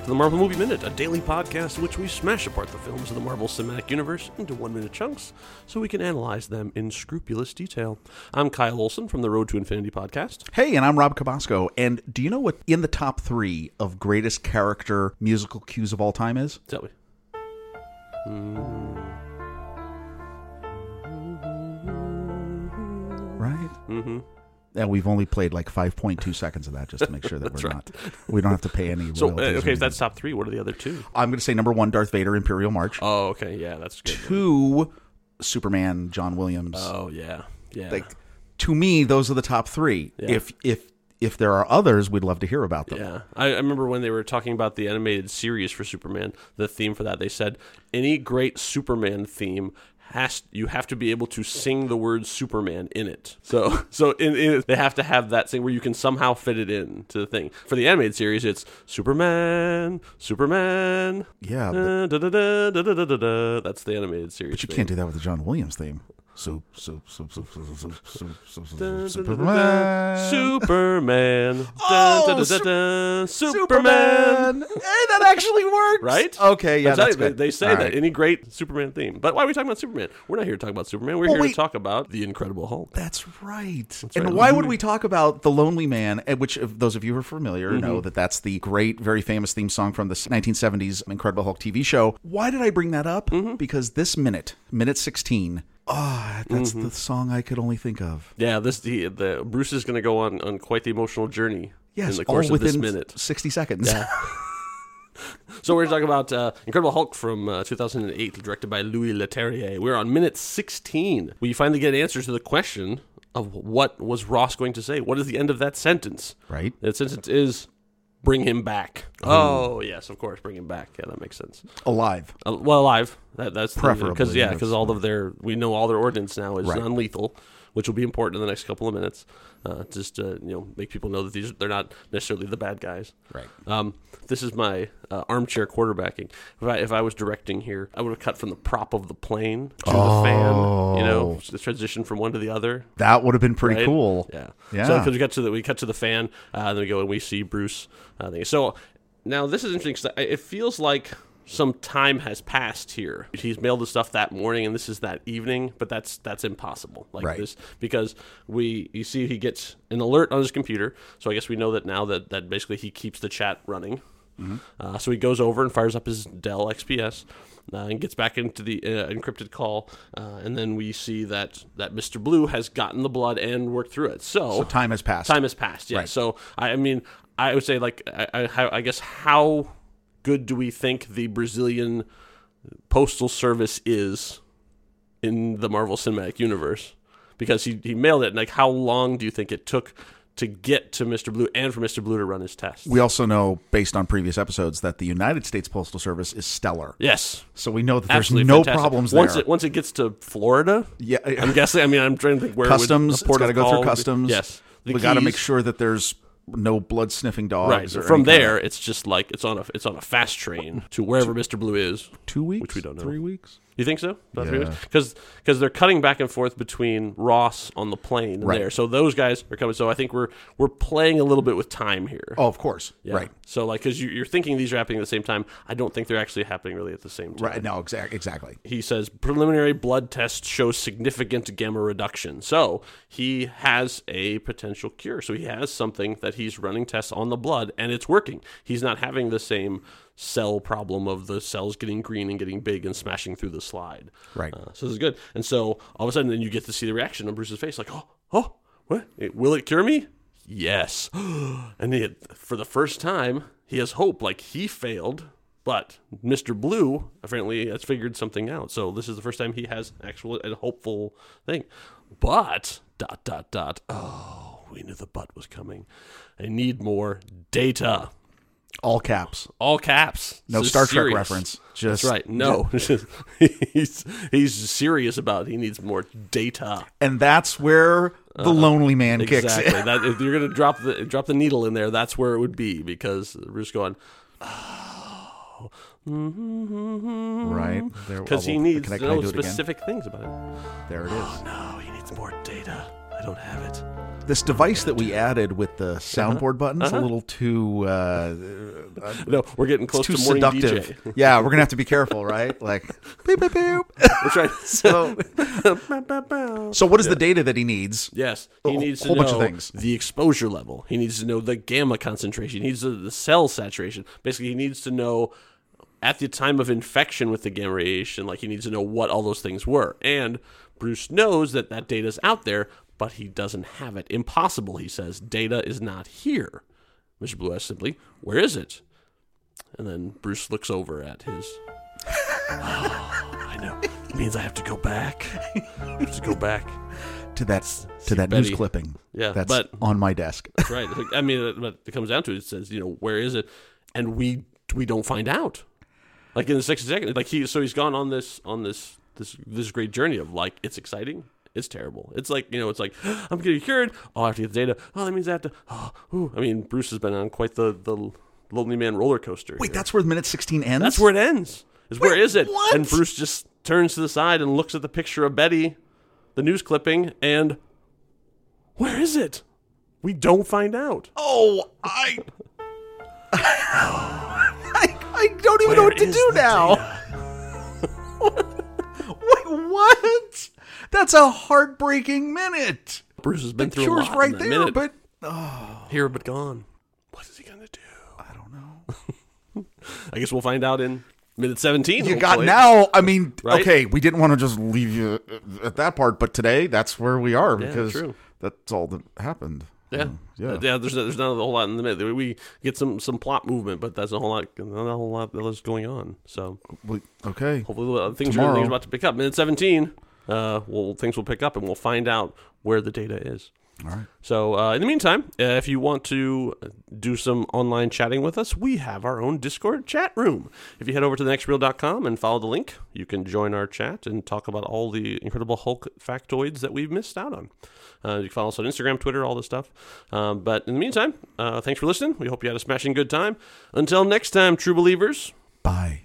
to the Marvel Movie Minute, a daily podcast in which we smash apart the films of the Marvel Cinematic Universe into one minute chunks so we can analyze them in scrupulous detail. I'm Kyle Olson from the Road to Infinity podcast. Hey, and I'm Rob Cabasco. And do you know what in the top three of greatest character musical cues of all time is? Is that we? Right. Mm-hmm. And we've only played like 5.2 seconds of that just to make sure that we're right. not, we don't have to pay any. So, uh, royalties or okay, anything. so that's top three. What are the other two? I'm going to say number one, Darth Vader, Imperial March. Oh, okay. Yeah, that's good. Two, Superman, John Williams. Oh, yeah. Yeah. like to me, those are the top three. If if if there are others, we'd love to hear about them. Yeah, I, I remember when they were talking about the animated series for Superman. The theme for that, they said, any great Superman theme has you have to be able to sing the word Superman in it. So, so in, in, they have to have that thing where you can somehow fit it in to the thing. For the animated series, it's Superman, Superman. Yeah, but, da, da, da, da, da, da, da, da. That's the animated series. but you thing. can't do that with the John Williams theme. So so so so so so so so so Superman. Superman. Superman. Oh, Dun, dun, dun, Sup- dun, dun. Superman. Hey, that actually worked. Right? Okay, yeah, I'm that's telling you, good. They, they say All that right. any great Superman theme. But why are we talking about Superman? We're not here to talk about Superman. We're Well, here we- to talk about the Incredible Hulk. That's right. and right. Mm-hmm. why would we talk about The Lonely Man, eh, which if those of you who are familiar Mm-hmm. know that that's the great, very famous theme song from the 1970s Incredible Hulk TV show. Why did I bring that up? Mm-hmm. Because this minute, minute 16, ah, that's Mm-hmm. the song I could only think of. Yeah, this the, the Bruce is going to go on, on quite the emotional journey Yes, in the course all of this within minute. 60 seconds. So we're talking about uh, Incredible Hulk from uh, 2008, directed by Louis Leterrier. We're on minute 16. We finally get an answer to the question of what was Ross going to say? What is the end of that sentence? Right? That sentence is, bring him back. Oh, yes, of course, bring him back. Yeah, that makes sense. Alive. Uh, well, alive. That, that's Preferably, because yeah, yes. because all of their we know all their ordinance now is Right. non-lethal, which will be important in the next couple of minutes. Uh, just to, you know, make people know that these they're not necessarily the bad guys. Right. Um, this is my uh, armchair quarterbacking. If I if I was directing here, I would have cut from the prop of the plane to the fan. You know, Oh. the transition from one to the other. That would have been pretty Right? cool. Yeah. Yeah. So because we cut to the we cut to the fan, uh, then we go and we see Bruce. Uh, thing. So now this is interesting. 'cause I- it feels like some time has passed here. He's mailed the stuff that morning, and this is that evening. But that's that's impossible. Like Right. this because we you see he gets an alert on his computer. So I guess we know that now that that basically he keeps the chat running. Uh, so he goes over and fires up his Dell XPS. Uh, and gets back into the uh, encrypted call, uh, and then we see that that Mr. Blue has gotten the blood and worked through it. So, So time has passed. Time has passed. Yeah. Right. So So I, I mean, I would say like I, I, how- I guess how good do we think the Brazilian postal service is in the Marvel Cinematic Universe? Because he he mailed it. And like, how long do you think it took to get to Mr. Blue and for Mr. Blue to run his test? we also know, based on previous episodes, that the United States Postal Service is stellar. yes. So we know that there's Absolutely no fantastic. problems once there. It, once it gets to Florida, Yeah. I'm guessing. I mean, I'm trying to think where it would- customs. a port got to of go call through would be- customs. yes, The we got to keys. make sure that there's no blood sniffing dogs. Right. or From any kind there, it's just like it's on a it's on a fast train to wherever Mr. Blue is. of- two weeks, we don't know. three weeks. You think so? Yeah. Because because they're cutting back and forth between Ross on the plane and Right. there. So those guys are coming. So I think we're we're playing a little bit with time here. Oh, of course. Yeah. Right. So like because you, you're thinking these are happening at the same time. I don't think they're actually happening really at the same time. Right. No. Exactly. Exactly. He says preliminary blood test shows significant gamma reduction. So he has a potential cure. So he has something that he's running tests on the blood and it's working. He's not having the same cell problem of the cells getting green and getting big and smashing through the slide. Right. Uh, so this is good. And so all of a sudden, then you get to see the reaction on Bruce's face like, oh, oh, what? It- will it cure me? Yes. and he, for the first time, he has hope. Like he failed, but Mr. Blue apparently has figured something out. So this is the first time he has actual and hopeful thing. But dot dot dot. Oh, we knew the butt was coming. I need more data. All caps. All caps. No This is Star Trek serious. reference. Just That's right. No, he's he's serious about. It. He needs more data. And that's where the lonely man kicks in. Uh-huh. Exactly. that if you're gonna drop the drop the needle in there, that's where it would be because Bruce going "Oh, mm-hmm, Right. There- oh, because Mm-hmm. he well, needs Can I, to can I know do it again? specific things about it. There it is. No, he needs more data. I don't have it. This device that we added with Uh-huh. the soundboard button is a little too uh, No, we're getting close too to morning seductive. DJ. Yeah, we're gonna have to be careful, right? Like, beep, beep, beep. We're trying. So, to- so what is the data that he needs? Yes, A he whole- needs to whole know bunch of things. the exposure level. He needs to know the gamma concentration. He needs to, the cell saturation. Basically, he needs to know at the time of infection with the gamma radiation. Like he needs to know what all those things were. And Bruce knows that that data is out there, but he doesn't have it. Impossible, he says. Data is not here. Mr. Blue asks simply, "Where is it?" And then Bruce looks over at his. oh, I know. It means I have to go back. I have to go back. To that to that Betty. news clipping. Yeah, that's but- on my desk. right. I mean, but it comes down to it, it says, you know, where is it? And we we don't find out. Like in the sixty second, like he so he's gone on this on this this this great journey of like it's exciting, it's terrible. It's like you know, it's like I'm getting cured. Oh, I have to get the data. Oh, that means I have to. Oh, ooh. I mean, Bruce has been on quite the the lonely man roller coaster. Wait, here. that's where minute sixteen ends. that's where it ends. Is where is it? what? And Bruce just turns to the side and looks at the picture of Betty, the news clipping, and where is it? We don't find out. Oh, I. I, I don't even know Where what to is do the now. Wait, what? That's a heartbreaking minute. Bruce has been through a Cure's lot in right that there, minute. but here but gone. What is he gonna do? I don't know. I guess we'll find out in minute seventeen. You got hopefully. now. I mean, Right? okay, we didn't want to just leave you uh, at that part, but today that's where we are because true. that's all that happened. Um, Yeah, Mm, Uh, yeah. yeah. there's there's not a whole lot in the minute. We get some some plot movement, but that's a whole lot not a whole lot that is going on. So We- okay. hopefully uh, things are Tomorrow. things are about to pick up. Minute seventeen, uh, well things will pick up and we'll find out where the data is. All right. So, uh, in the meantime, uh, if you want to uh, do some online chatting with us, we have our own Discord chat room. If you head over to thenextreel.com and follow the link, you can join our chat and talk about all the Incredible Hulk factoids that we've missed out on. Uh, you can follow us on Instagram, Twitter, all this stuff. Um, but in the meantime, uh, thanks for listening. We hope you had a smashing good time. Until next time, true believers. Bye.